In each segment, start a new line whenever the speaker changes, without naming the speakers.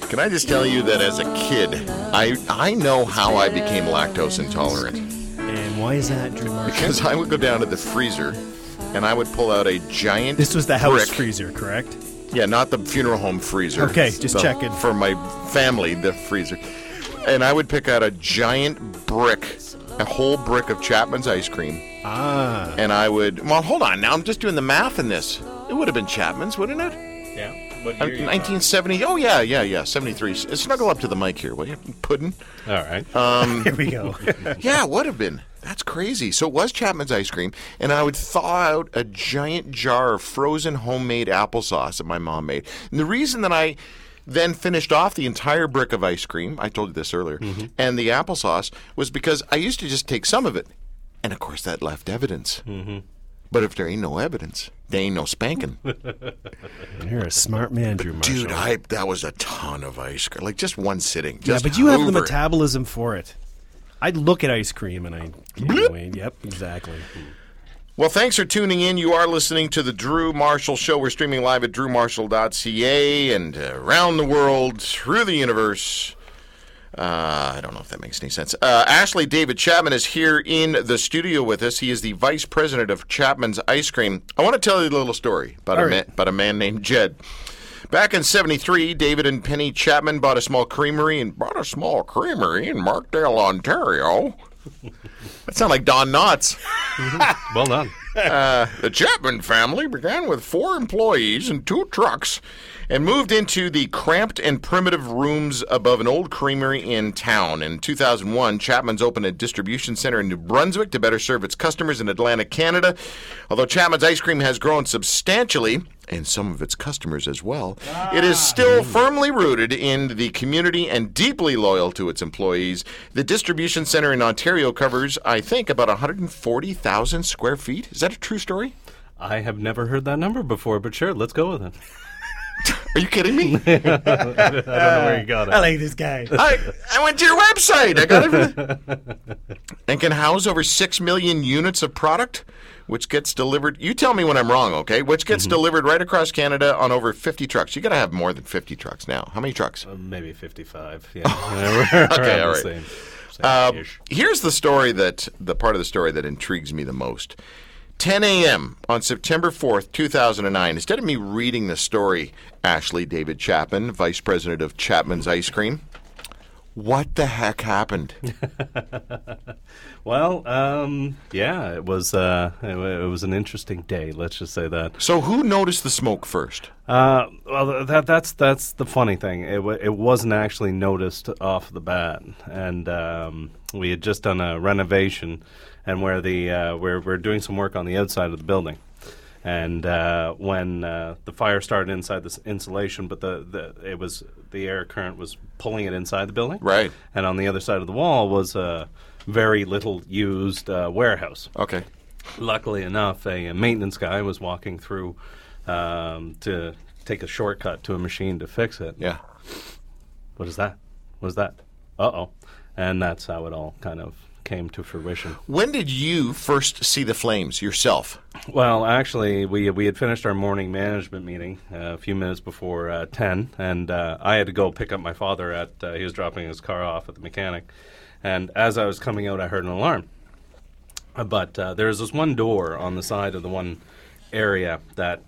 Can I just tell you that as a kid, I I know how I became lactose intolerant
And why is that, Drew Marshall?
because I would go down to the freezer, and I would pull out a giant.
This was the house
brick.
freezer, correct?
Yeah, not the funeral home freezer.
Okay, just
The-
checking.
For my family, the freezer. And I would pick out a giant brick, a whole brick of Chapman's ice cream.
Ah.
And I would, well, hold on. Now I'm just doing the math in this. It would have been Chapman's, wouldn't it?
Yeah. What
I- 1970. Oh, yeah, yeah, yeah. 73. S- Snuggle up to the mic here, will you? Puddin'?
All right.
Um,
Here we go.
Yeah, would have been. That's crazy. So it was Chapman's ice cream, and I would thaw out a giant jar of frozen homemade applesauce that my mom made. And the reason that I then finished off the entire brick of ice cream, I told you this earlier,
Mm-hmm.
and the applesauce was because I used to just take some of it. And of course, that left evidence. Mm-hmm. But if there ain't no evidence, there ain't no spanking.
You're a smart man, Drew Marshall.
Dude, I that was a ton of ice cream. Like just one sitting.
yeah,
Just
but you have the
hoover it.
metabolism for it. I'd look at ice cream and I.
Bloop.
Yep, exactly.
Well, thanks for tuning in. You are listening to the Drew Marshall Show. We're streaming live at drewmarshall.ca and uh, around the world, through the universe. Uh, I don't know if that makes any sense. Uh, Ashley David Chapman is here in the studio with us. He is the vice president of Chapman's Ice Cream. I want to tell you a little story about, a,
All
man,
right.
about a man named Jed. Back in 73, David and Penny Chapman bought a small creamery and bought a small creamery in Markdale, Ontario. that sounds like Don Knotts.
Well done.
The Chapman family began with four employees and two trucks and moved into the cramped and primitive rooms above an old creamery in town. In 2001, Chapman's opened a distribution center in New Brunswick to better serve its customers in Atlantic Canada. Although Chapman's ice cream has grown substantially, and some of its customers as well, it is still firmly rooted in the community and deeply loyal to its employees. The distribution center in Ontario covers, I think, about 140,000 square feet. Is that a true story?
I have never heard that number before, but sure, let's go with it.
Are you kidding me?
I don't know where you got it.
Uh, I like this guy.
I, I went to your website. I got everything. and can house over 6 million units of product, which gets delivered. You tell me when I'm wrong, okay? Which gets delivered right across Canada on over 50 trucks. you got to have more than 50 trucks now. How many trucks?
Uh, Maybe 55. Yeah. We're around the
all right.
Same, same ish.
Here's the story that the part of the story that intrigues me the most. 10 a.m. on September 4th, 2009. Instead of me reading the story, Ashley David Chapman, vice president of Chapman's Ice Cream, what the heck happened?
Well, um, yeah, it was uh, it, wa- it was an interesting day. Let's just say that.
so, who noticed the smoke first?
Uh, well, th- that that's that's the funny thing. It wa it wasn't actually noticed off the bat, and um, we had just done a renovation, and where the uh, we're we're doing some work on the outside of the building, and uh, when uh, the fire started inside this insulation, but the, the it was the air current was pulling it inside the building,
Right.
and on the other side of the wall was a very little used uh, warehouse
Okay.
luckily enough, a, a maintenance guy was walking through um, to take a shortcut to a machine to fix it.
Yeah.
What is that? What is that? Uh oh. And that's how it all kind of came to fruition.
When did you first see the flames yourself?
Well, actually, we we had finished our morning management meeting uh, a few minutes before uh, ten, and uh, I had to go pick up my father at uh, he was dropping his car off at the mechanic, and as I was coming out, I heard an alarm. Uh, But uh, there's this one door on the side of the one area that,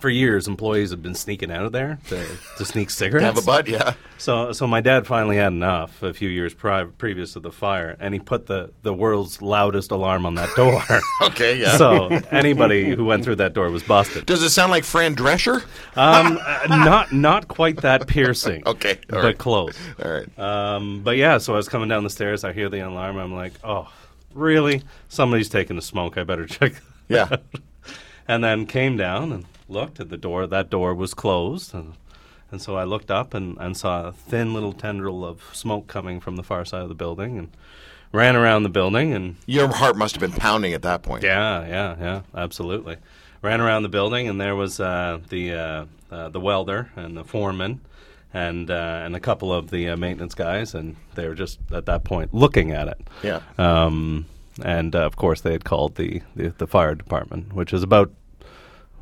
for years, employees have been sneaking out of there to, to sneak cigarettes.
Have a bud? Yeah.
So, so my dad finally had enough a few years pri- previous to the fire, and he put the, the world's loudest alarm on that door.
Okay, yeah.
So anybody who went through that door was busted.
Does it sound like Fran Drescher?
Um, uh, not not quite that piercing.
Okay, all
but
right.
close.
All right.
Um, but yeah, so I was coming down the stairs. I hear the alarm. I'm like, oh, really? Somebody's taking a smoke. I better check.
yeah.
And then came down and looked at the door. That door was closed. And, and so I looked up and, and saw a thin little tendril of smoke coming from the far side of the building and ran around the building and
Your heart must have been pounding at that point.
Yeah, yeah, yeah, absolutely. Ran around the building, and there was uh, the uh, uh, the welder and the foreman, and uh, and a couple of the uh, maintenance guys, and they were just at that point looking at it.
Yeah.
Um, and uh, of course, they had called the, the the fire department, which is about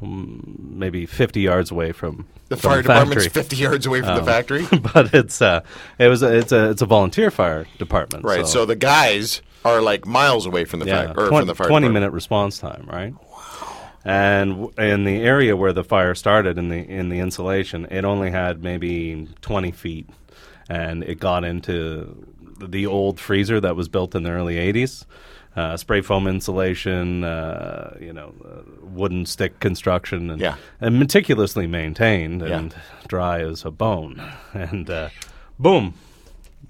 mm, maybe 50 yards away from
The
from
fire department's
factory. Oh.
50 yards away from the factory.
but it's uh, it was a, it's a it's a volunteer fire department,
Right. So, the guys are like miles away from the
yeah,
fac- or
twen-
from the fire. department.
minute response time, right? Wow. And w- in the area where the fire started in the in the insulation, it only had maybe twenty feet, and it got into the old freezer that was built in the early '80s. Uh, spray foam insulation, uh, you know, uh, wooden stick construction, and,
Yeah.
and meticulously maintained
Yeah.
and dry as a bone. And uh, boom,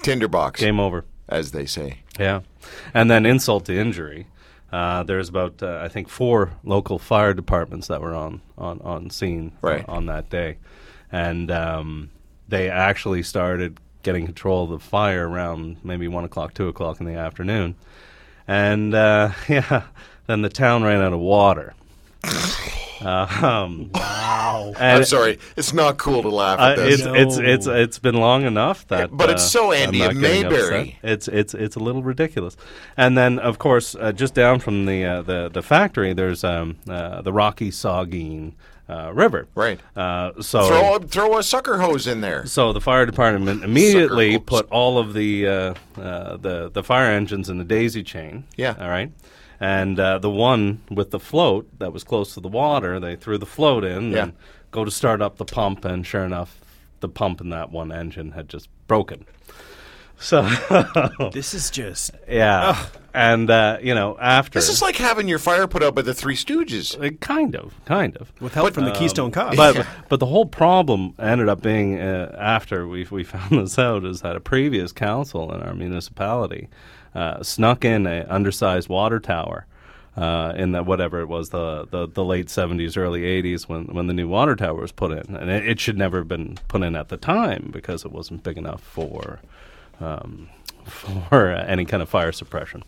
Tinderbox,
game over.
as they say.
Yeah, and then insult to injury. Uh, there's about uh, I think four local fire departments that were on on on scene uh,
Right.
on that day, and um, they actually started getting control of the fire around maybe one o'clock, two o'clock in the afternoon, and uh, yeah, then the town ran out of water. uh, um, and
I'm sorry, it's not cool to laugh
uh,
at this.
it's, it's it's
No.
it's been long enough that.
but it's
uh,
so Andy
I'm not getting
Mayberry.
upset. It's it's it's a little ridiculous. And then of course, uh, just down from the uh, the the factory, there's um, uh, the Rocky Saugeen uh, River.
Right.
Uh, so
throw, a, throw a sucker hose in there.
so the fire department immediately
Sucker.
put all of the uh, uh, the the fire engines in the daisy chain.
Yeah.
All right. And uh, the one with the float that was close to the water, they threw the float in
Yeah.
and go to start up the pump, and sure enough, the pump in that one engine had just broken. So
This is just
yeah, and uh, you know after
This is like having your fire put out by the Three Stooges.
Uh, kind of, kind of.
with help
um,
from the Keystone Cops.
but but the whole problem ended up being uh, after we we found this out is that a previous council in our municipality uh, snuck in a undersized water tower. Uh, in that whatever it was the, the, the late 70s early 80s when, when the new water tower was put in and it, it should never have been put in at the time because it wasn't big enough for um, for uh, any kind of fire suppression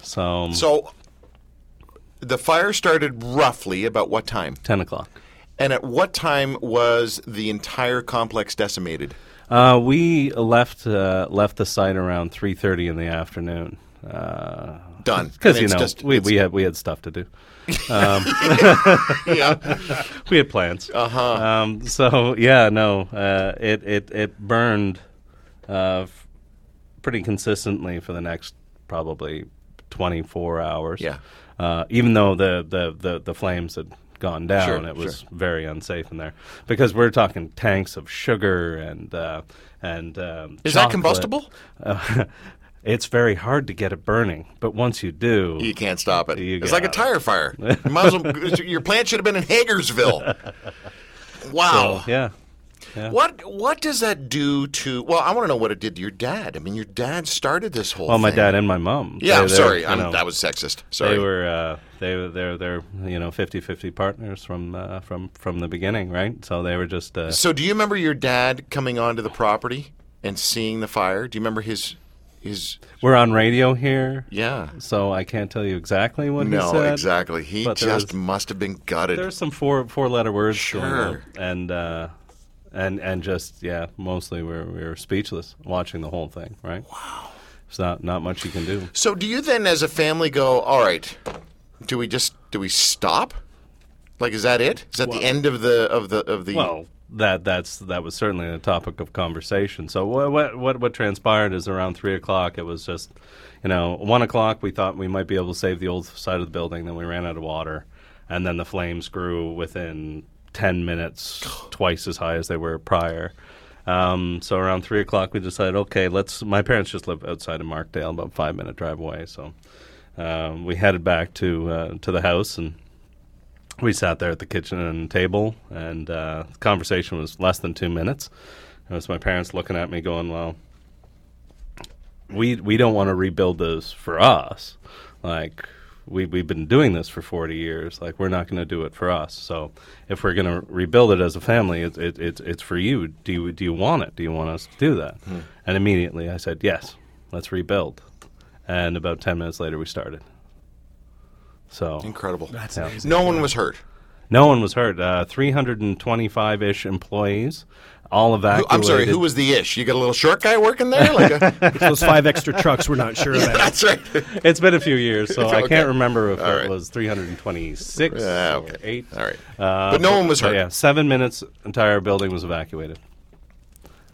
so,
So the fire started roughly about what time?
10 o'clock
And at what time was the entire complex decimated?
Uh, we left uh, left the site around three thirty in the afternoon. Because
Done.
you
It's
know
just-
we
it's-
we had we had stuff to do.
yeah.
We had plans. Uh
Uh-huh.
huh. Um, so yeah, no, uh, it it it burned uh, f- pretty consistently for the next probably twenty four hours.
Yeah.
Uh, even though the, the, the, the flames had gone down,
Sure,
it was very unsafe in there because we're talking tanks of sugar and uh, and um,
Is that
chocolate.
combustible?
Uh, it's very hard to get it burning, but once you do,
You can't stop it.
You
it's
got
like a
it.
tire fire. You might as well- your plant should have been in Hagersville. Wow.
yeah,
oh, What what does that do to? Well, I want to know what it did to your dad. I mean, your dad started this whole.
well, Oh, my
thing.
dad and my mom.
Yeah,
they-
I'm
they're,
sorry.
you
I'm,
know,
that was sexist. Sorry.
They were uh, they were they're they're you know 50-50 partners from uh, from from the beginning, right? So they were just uh,
so, do you remember your dad coming onto the property and seeing the fire? Do you remember his his?
we're on radio here,
Yeah.
so I can't tell you exactly what he
No,
said.
exactly. He
but there
just
was-
must have been gutted.
There's some four four letter words, going
Sure.
up, and uh, and and just yeah, mostly we we're we we're speechless watching the whole thing, right? Wow, it's not not much you can do.
So do you then as a family go, all right, do we just do we stop? Like is that it? Is that the end of the of the of the
Well, that that's that was certainly a topic of conversation. So what what what, what transpired is around three o'clock. It was just, you know, one o'clock. We thought we might be able to save the old side of the building. Then we ran out of water, and then the flames grew within ten minutes, twice as high as they were prior. Um, so around three o'clock, we decided, okay, let's. My parents just live outside of Markdale, about five minute drive away. So um, we headed back to uh, to the house and we sat there at the kitchen and table, and uh, the conversation was less than two minutes. It was my parents looking at me, going, "Well, we we don't want to rebuild this for us. Like we we've been doing this for forty years. Like we're not going to do it for us. So if we're going to rebuild it as a family, it's it, it's it's for you. Do you do you want it? Do you want us to do that?" And immediately I said, "Yes, let's rebuild." And about ten minutes later, we started. So
incredible. That's
Yeah.
No one was hurt.
no one was hurt. Uh, 325 ish employees, all evacuated.
I'm sorry, who was the ish? You got a little short guy working there? Like a,
It's those five extra trucks we're not sure about.
that's right.
It's been a few years, so I
okay.
can't remember if
All
it
right.
was 326
Yeah,
or
okay.
8.
All right.
Uh,
But no one was hurt.
Yeah, seven minutes, entire building was evacuated,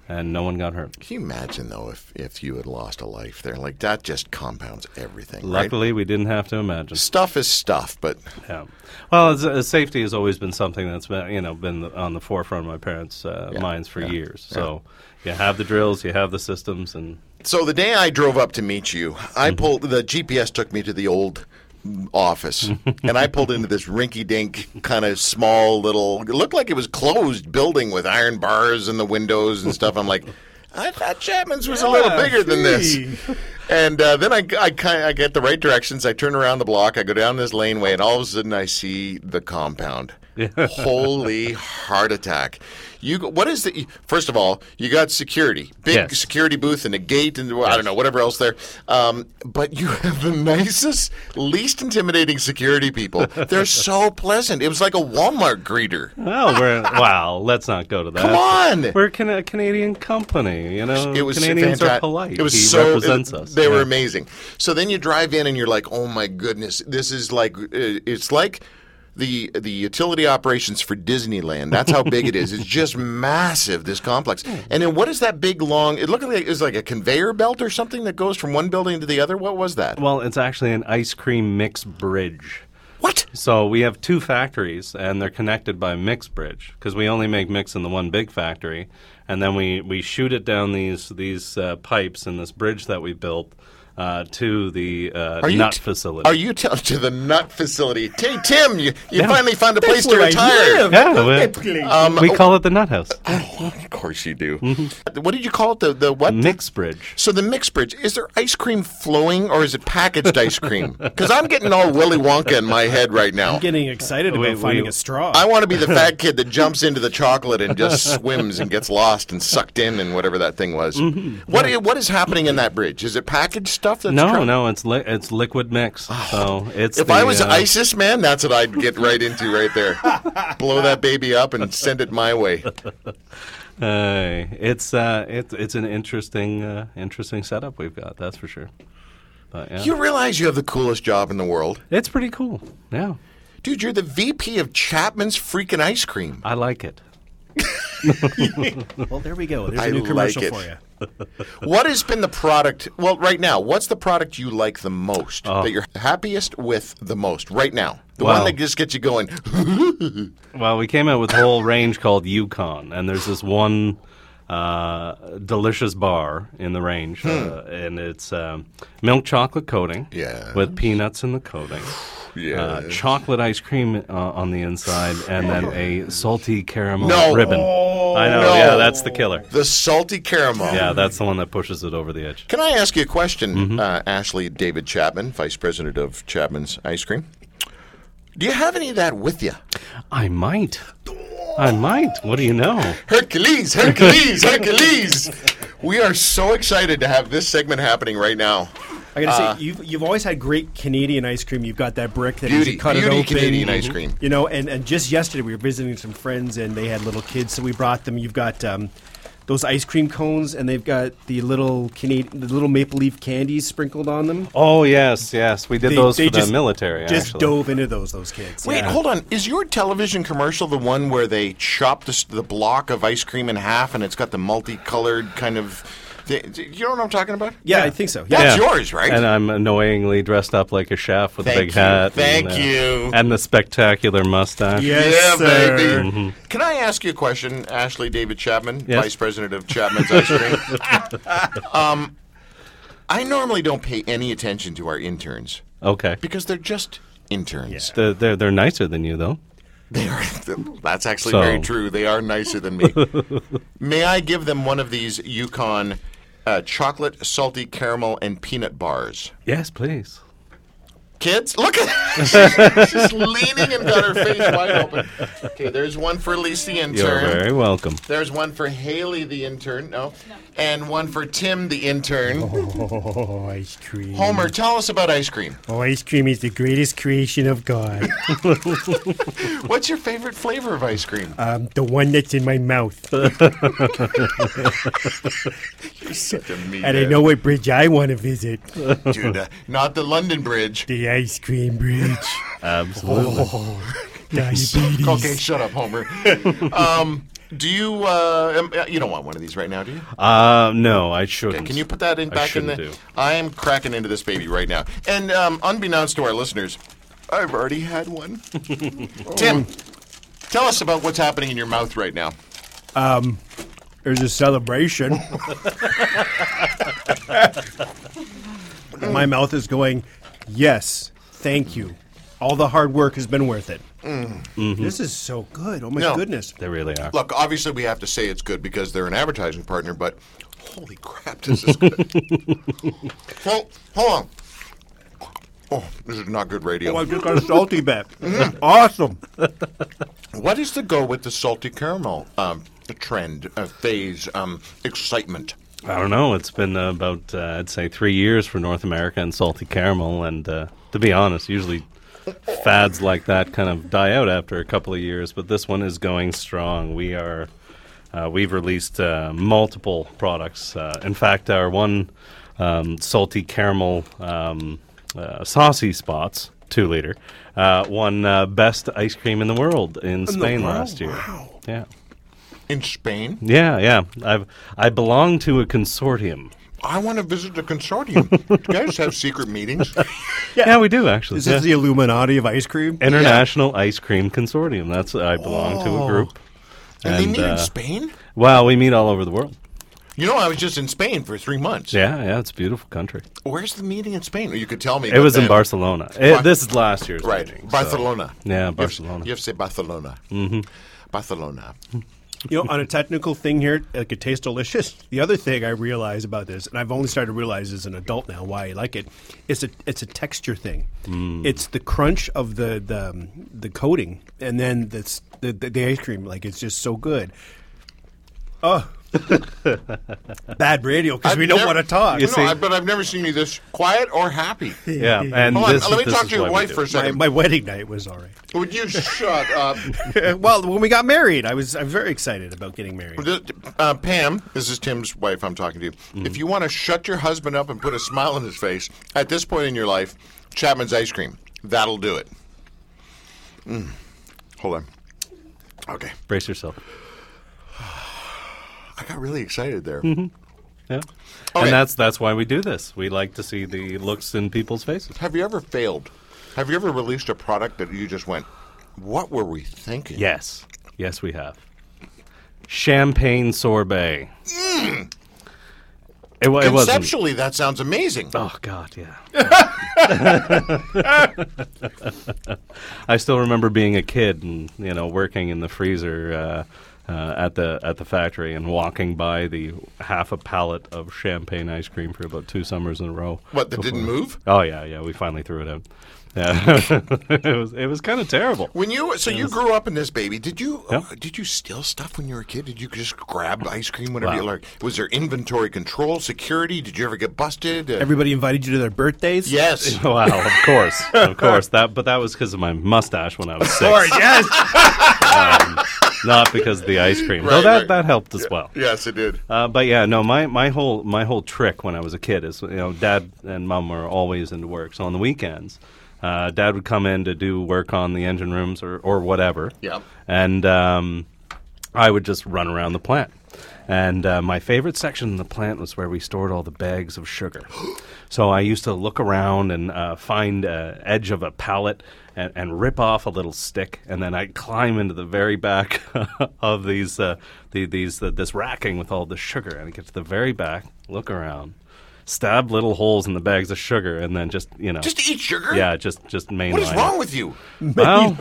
and no one got hurt.
Can you imagine though if if you had lost a life there? Like that just compounds everything. right?
Luckily, we didn't have to imagine.
stuff is stuff, but
Yeah. Well, it's, uh, safety has always been something that's been, you know, been the, on the forefront of my parents' uh, minds for years. So you have the drills, you have the systems, and
So the day I drove up to meet you, I pulled the GPS took me to the old office, and I pulled into this rinky-dink kind of small little. It looked like it was closed building with iron bars and the windows and stuff. I'm like. I thought Chapman's was a little
Yeah,
bigger than this,
gee.
and uh, then I, I kind I get the right directions. I turn around the block. I go down this laneway, and all of a sudden I see the compound. Holy heart attack! You what is the first of all? You got security, big
Yes.
security booth and a gate and well, I don't know whatever else there. Um, but you have the nicest, least intimidating security people. They're so pleasant. It was like a Walmart greeter.
well, we're wow. Let's not go to that.
Come on!
We're a Can- a Canadian company. You know,
It was
Uh, Canadians
fantastic.
are polite.
It was
he
so
represents
it-
us.
They were
Yeah.
amazing. So then you drive in and you're like, oh my goodness, this is like uh, it's like. The, the utility operations for Disneyland. That's how big it is. It's just massive. This complex. And then what is that big long? It looked like it was like a conveyor belt or something that goes from one building to the other. What was that?
Well, it's actually an ice cream mix bridge.
What?
So we have two factories, and they're connected by a mix bridge because we only make mix in the one big factory, and then we, we shoot it down these these uh, pipes and this bridge that we built uh, to the uh,
Are you
nut
t-
facility.
Are you telling to the nut facility? Hey Tim, you, you finally found a place to
where I
retire.
live.
Yeah, we,
um,
we
oh,
call it the nut house,
of course you do.
Mm-hmm.
What did you call it? The the what?
mix bridge.
So the mixed bridge, is there ice cream flowing or is it packaged ice cream? Because I'm getting all Willy Wonka in my head right now.
Getting excited
Wait,
about finding
wait.
a straw.
I want to be the fat kid that jumps into the chocolate and just swims and gets lost and sucked in and whatever that thing was. What i- what is happening in that bridge? Is it packaged stuff? That's
Mm-hmm. No,
tra-
no, it's li- it's liquid mix. So it's
If
the,
I was
uh,
ISIS man, that's what I'd get right into right there. Blow that baby up and send it my way.
Uh, it's uh, it's it's an interesting uh, interesting setup we've got. That's for sure. But yeah,
You realize you have the coolest job in the world,
it's pretty cool. Yeah,
dude. You're the VP of Chapman's freaking ice cream.
I like it.
well, there we go. There's
I
a new
like
commercial
it.
for you.
What has been the product? Well, right now, what's the product you like the most that you're happiest with the most right now? The one
Wow.
that just gets you going.
Well, we came out with a whole range called Yukon, and there's this one uh, delicious bar in the
Hmm.
range, uh, and it's um, milk chocolate coating
Yes.
with peanuts in the coating. Uh, chocolate ice cream uh, on the inside, and then a salty caramel
Oh. No. Oh,
ribbon. I know,
No.
yeah, that's the killer.
the salty caramel.
Yeah, that's the one that pushes it over the edge.
Can I ask you a question, uh, Ashley David Chapman, Vice President of Chapman's Ice Cream? Do you have any of that with you?
I might. I might. What do you know?
Hercules, Hercules, Hercules! We are so excited to have this segment happening right now.
I gotta
Uh,
say, you've you've always had great Canadian ice cream. You've got that brick that
Beauty-
you cut it
beauty
open.
Canadian ice cream.
You know, and, and just yesterday we were visiting some friends and they had little kids, so we brought them. You've got um, those ice cream cones, and they've got the little Canadian, the little maple leaf candies sprinkled on them.
Oh yes, yes, we did
They-
those
they
for
just-
the military.
Just
actually.
dove into those those kids.
Wait,
yeah.
hold on. Is your television commercial the one where they chop the, s- the block of ice cream in half and it's got the multicolored kind of. thi- you know what I'm talking about?
Yeah, I think so. Yeah.
That's yours, right?
And I'm annoyingly dressed up like a chef with
Thank
a big
you.
hat.
Thank
and, uh,
you.
And the spectacular mustache.
yeah,
Yes, sir. Mm-hmm.
baby. Can I ask you a question, Ashley David Chapman,
Yes.
Vice President of Chapman's Ice Cream? um, I normally don't pay any attention to our interns
Okay.
because they're just interns.
They're, they're they're nicer than you though.
They are. That's actually
So-
very true. They are nicer than me. May I give them one of these Yukon uh, chocolate, salty caramel, and peanut bars?
Yes, please.
kids. Look at she's, she's leaning and got her face wide open. Okay, there's one for Lisa the intern.
You're very welcome.
There's one for Haley the intern. No. And one for Tim the intern.
Oh, ice cream.
Homer, tell us about ice cream.
Oh, ice cream is the greatest creation of God.
What's your favorite flavor of ice cream?
um, the one that's in my mouth.
You're such a meathead.
And I know what bridge I want to visit.
Dude, uh, not the London Bridge.
The ice cream bridge.
Absolutely.
Diabetes.
Okay, shut up, Homer. um, do you uh, um, uh, you don't want one of these right now, do you?
Uh, no, I shouldn't.
Oh. Can you put that in
I
back in the?
shouldn't do.
I am cracking into this baby right now, and um, unbeknownst to our listeners, I've already had one. Tim, tell us about what's happening in your mouth right now.
There's a celebration. my mouth is going, yes, thank you. All the hard work has been worth it. This is so good. Oh my
No.
goodness.
They really are.
Look, obviously we have to say it's good because they're an advertising partner, but holy crap, this is good. well, hold on. Oh, this is not good radio.
Oh, I just got a salty bit. Awesome.
What is the go with the salty caramel um, trend, uh, phase, um, excitement?
I don't know. It's been uh, about uh, I'd say three years for North America and salty caramel, and uh, to be honest, usually fads like that kind of die out after a couple of years. But this one is going strong. We are uh, we've released uh, multiple products. Uh, in fact, our one um, salty caramel um, uh, saucy spots. Two liter, uh, won uh, best ice cream in the world in, Spain
world?
last year. Wow. Yeah,
In Spain,
yeah, yeah. I've I belong to a consortium.
I want to visit the consortium. Do you guys have secret meetings?
Yeah, we do actually.
This
Yeah.
is the Illuminati of ice cream.
International Ice Cream Consortium. That's I belong
Oh.
to a group.
And, they meet
uh,
in Spain?
Wow, we meet all over the world.
You know, I was just in Spain for three months.
Yeah, yeah, it's a beautiful country.
Where's the meeting in Spain? You could tell me.
It was in
Barcelona.
Barcelona. Eh, this is last year's
Right,
meeting, so-
Barcelona.
Yeah,
You have-
Barcelona.
You have to say Barcelona. Mm-hmm. Barcelona.
You know, on a technical thing here, it could taste delicious. The other thing I realize about this, and I've only started to realize as an adult now why I like it, it's a it's a texture thing. It's the crunch of the the, um, the coating, and then this, the, the the ice cream. Like it's just so good. Oh, bad radio because we don't
never-
want to talk.
No,
You see-
I, but I've never seen you this quiet or happy.
Yeah, and
Hold on,
this,
let me
this
talk
is
to your
why we
wife
do
for a
it.
My,
second.
my wedding night was all right.
Would you shut up?
Uh, well, when we got married, I was I'm very excited about getting married.
Uh, Pam, this is Tim's wife I'm talking to.
Mm-hmm.
If you want to shut your husband up and put a smile on his face, at this point in your life, Chapman's ice cream. That'll do it. Mm. Hold on. Okay.
Brace yourself.
I got really excited there.
Mm-hmm. Yeah,
Okay.
and that's that's why we do this. We like to see the looks in people's faces.
Have you ever failed? Have you ever released a product that you just went, what were we thinking?
Yes, yes, we have champagne sorbet.
Mm.
It, wa- it wasn't.
Conceptually, that sounds amazing.
Oh God, yeah. I still remember being a kid and you know working in the freezer uh, uh, at the at the factory and walking by the half a pallet of champagne ice cream for about two summers in a row.
What, that didn't
Before-
move?
Oh yeah, yeah. We finally threw it out. Yeah, it was it was kind of terrible.
When you so you grew up in this baby, did you
Yeah.
uh, did you steal stuff when you were a kid? Did you just grab ice cream whenever you
Wow.
like? Was there inventory control, security? Did you ever get busted? Uh,
Everybody invited you to their birthdays.
yes.
Wow, of course, of course. That but that was because of my mustache when I was six. Um,
Or yes.
not because of the ice cream.
Right,
Though that
right.
that helped as well.
Yes, it did.
Uh, but yeah, no, my, my whole my whole trick when I was a kid is you know dad and mom were always into work, so on the weekends, uh, dad would come in to do work on the engine rooms or or whatever.
Yeah.
and um, I would just run around the plant. And uh, my favorite section in the plant was where we stored all the bags of sugar. So I used to look around and uh, find uh, edge of a pallet and, and rip off a little stick, and then I'd climb into the very back of these uh, the, these uh, this racking with all the sugar, and I'd get to the very back, look around, stab little holes in the bags of sugar, and then just you know,
Just eat sugar?
yeah, just just mainline.
What is wrong
it.
with you?
Well,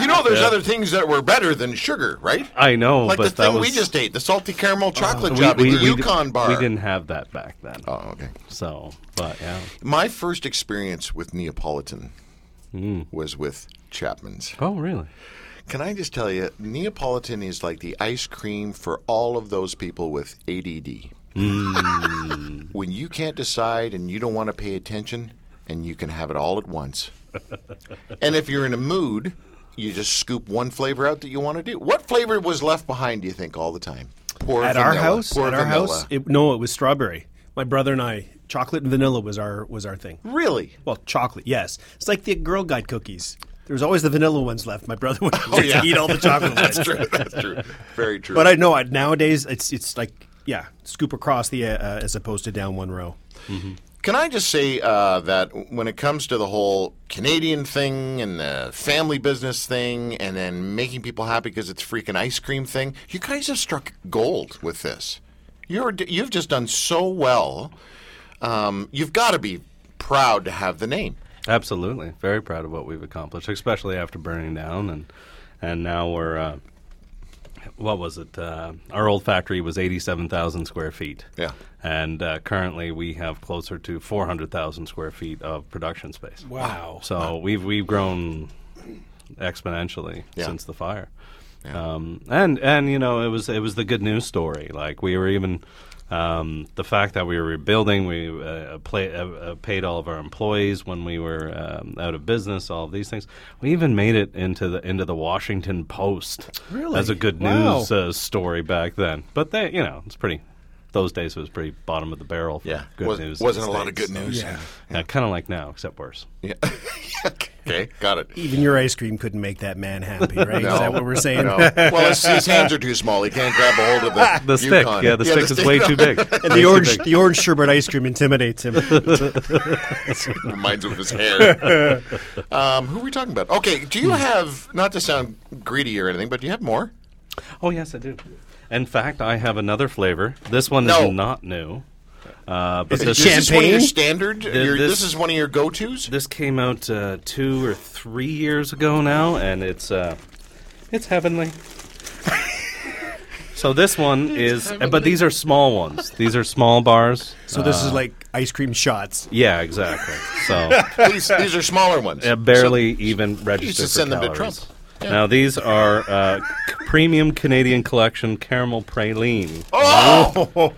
You know, there's other things that were better than sugar, right?
I know,
Like
but
the
that
thing
was Uh,
we just ate, the salty caramel chocolate
we,
job at
we,
the
we di-
Yukon bar.
We didn't have that back then.
Oh, okay.
So, but yeah.
My first experience with Neapolitan
Mm.
was with Chapman's.
Oh, really?
Can I just tell you, Neapolitan is like the ice cream for all of those people with ADD. when you can't decide and you don't want to pay attention, and you can have it all at once. and if you're in a mood, you just scoop one flavor out that you want to do. What flavor was left behind, do you think, all the time? Poor
at our
vanilla.
house,
Poor
at our
vanilla.
house, it, no, it was strawberry. My brother and I, chocolate and vanilla was our was our thing.
really?
Well, chocolate, yes. It's like the Girl Guide cookies. There was always the vanilla ones left. My brother would just
Oh, yeah.
eat all the chocolate
That's
ones.
true. That's true. Very true.
But I know I, nowadays it's it's like yeah, scoop across the uh, uh, as opposed to down one row.
Can I just say uh, that when it comes to the whole Canadian thing and the family business thing and then making people happy because it's freaking ice cream thing, you guys have struck gold with this. You're, you've just done so well. Um, you've got to be proud to have the name.
Absolutely. Very proud of what we've accomplished, especially after burning down and and now we're uh, what was it? Uh, our old factory was 87,000 square feet.
Yeah.
And uh, currently we have closer to 400,000 square feet of production space.
Wow.
So we've we've grown exponentially
Yeah.
since the fire. Um, and and you know it was it was the good news story. Like we were even um, the fact that we were rebuilding. We uh, play, uh, uh, paid all of our employees when we were um, out of business. All of these things. We even made it into the into the Washington Post
Really?
as a good
Wow.
news uh, story back then. But they, you know, it's pretty. Those days it was pretty bottom of the barrel. For good
was,
news. in
Wasn't
the
a lot of
States.
good news.
Yeah.
Uh, kind of like now, except worse.
Yeah. okay, got it.
Even your ice cream couldn't make that man happy, right?
No.
Is that what we're saying?
No. Well, his, his hands are too small. He can't grab a hold of the,
The stick,
Yukon.
yeah, the stick is way too big.
And the orange, the orange sherbet ice cream intimidates him.
reminds him of his hair. um, who are we talking about? Okay, do you have not to sound greedy or anything, but do you have more?
Oh yes, I do. In fact, I have another flavor. This one
No.
is not new, uh, but
Is it
this,
jam?
Is this one of your
Champagne?
standard?
Th-
your, this,
this-
is one of your go-tos.
this came out uh, two or three years ago now, and it's uh, it's heavenly. so this one is, but these are small ones. These are small bars.
So this
Ah.
is like ice cream shots.
Yeah, exactly. So
these, these are smaller ones.
uh, barely even registered.
should
for
send them to
calories.
Trump. Yeah.
Now these are uh, c- premium Canadian collection caramel praline.
Oh,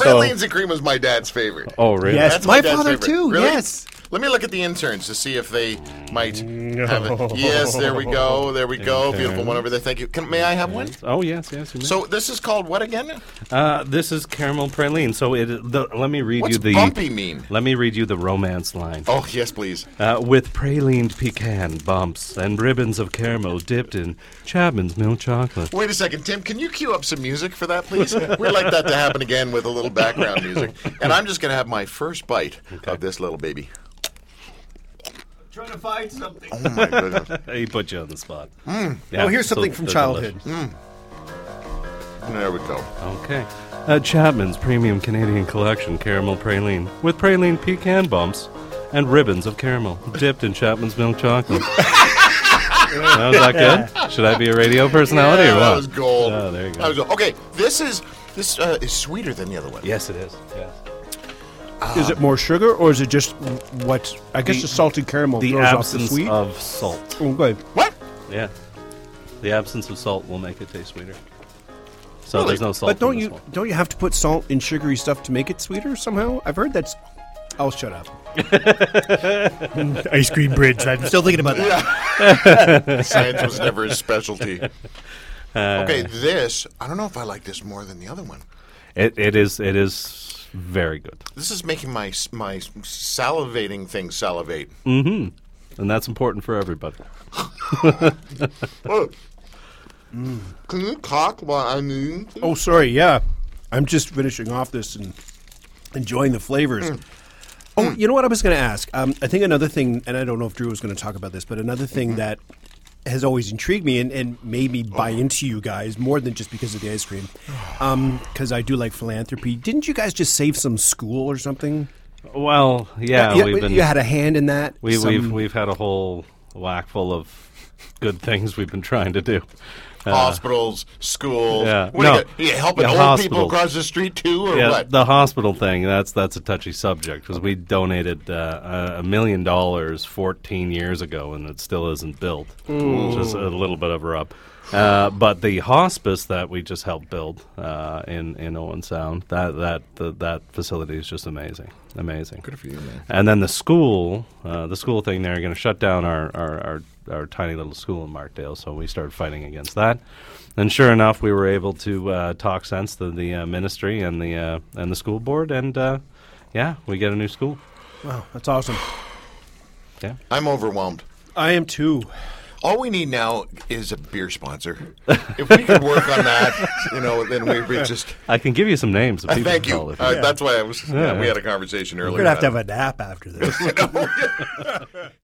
pralines and cream was my dad's favorite.
Oh, really?
Yes.
That's my,
My
dad's
father
favorite.
too,
Really?
yes.
Let me look at the interns to see if they might have it. Yes, there we go. There we go. Beautiful one over there. Thank you. Can, may I have one?
Oh yes, yes. You may.
So this is called what again?
Uh, this is caramel praline. So it. The, let me read
What's
you the.
bumpy mean?
Let me read you the romance line.
Oh yes, please.
Uh, with pralined pecan bumps and ribbons of caramel dipped in Chapman's milk chocolate.
Wait a second, Tim. Can you cue up some music for that, please? We'd like that to happen again with a little background music. And I'm just going to have my first bite of this little baby.
Trying to find something.
Oh my goodness!
He put you on the spot. Yeah,
Oh, here's
so
something from
they're
childhood. Mm.
delicious.
There we go.
Okay. Uh, Chapman's premium Canadian collection caramel praline with praline pecan bumps and ribbons of caramel dipped in Chapman's milk chocolate. How's that good? Should I be a radio personality
Yeah,
or what?
that was gold.
Oh, there you go.
That was gold. Okay, this is this uh, is sweeter than the other one.
Yes, it is. Yes.
Is it more sugar or is it just what? I guess the, salted caramel
The
throws off the
absence
sweet.
of salt.
oh, good.
What?
Yeah. The absence of salt will make it taste sweeter. So
Really?
there's no salt.
but don't
in this
you
one.
don't you have to put salt in sugary stuff to make it sweeter somehow? I've heard that's. I'll shut up. Ice cream bridge. I'm still thinking about that.
Science was never his specialty.
Uh.
okay, this I don't know if I like this more than the other one.
It, it is. It is very good,
This is making my s- my s- salivating thing salivate.
and that's important for everybody.
Oh. Mm. Can you talk while I'm eating?
Oh, sorry. Yeah, I'm just finishing off this and enjoying the flavors. Oh, you know what I was going to ask? Um, I think another thing, and I don't know if Drew was going to talk about this, but another thing that has always intrigued me and, and made me buy into you guys more than just because of the ice cream, because I do like philanthropy. Didn't you guys just save some school or something?
Well, yeah,
you,
we've been
you had a hand in that.
we,
Some-
we've we've had a whole whack full of good things we've been trying to do.
hospitals, schools.
yeah.
What are
No.
you, got- you helping
Yeah,
old people
hospitals.
across the street too, or
yeah,
what?
the hospital thing that's that's a touchy subject because we donated uh, a a million dollars 14 years ago and it still isn't built which is a little bit of a rub uh, but the hospice that we just helped build uh, in in Owen Sound that that the, that facility is just amazing amazing
Good for you, man.
and then the school, uh, the school thing, they're going to shut down our, our, our, our tiny little school in Markdale. So we started fighting against that. And sure enough, we were able to uh, talk sense to the uh, ministry and the uh, and the school board, and uh, yeah, we get a new school.
wow, that's awesome.
Yeah,
I'm overwhelmed.
I am too.
All we need now is a beer sponsor. If we could work on that, you know, then we we just.
I can give you some names. Of
I
people
thank
to
you.
call if
Uh, That's why I was. yeah, we had a conversation earlier.
We're gonna have to have
about
a nap after this.
it.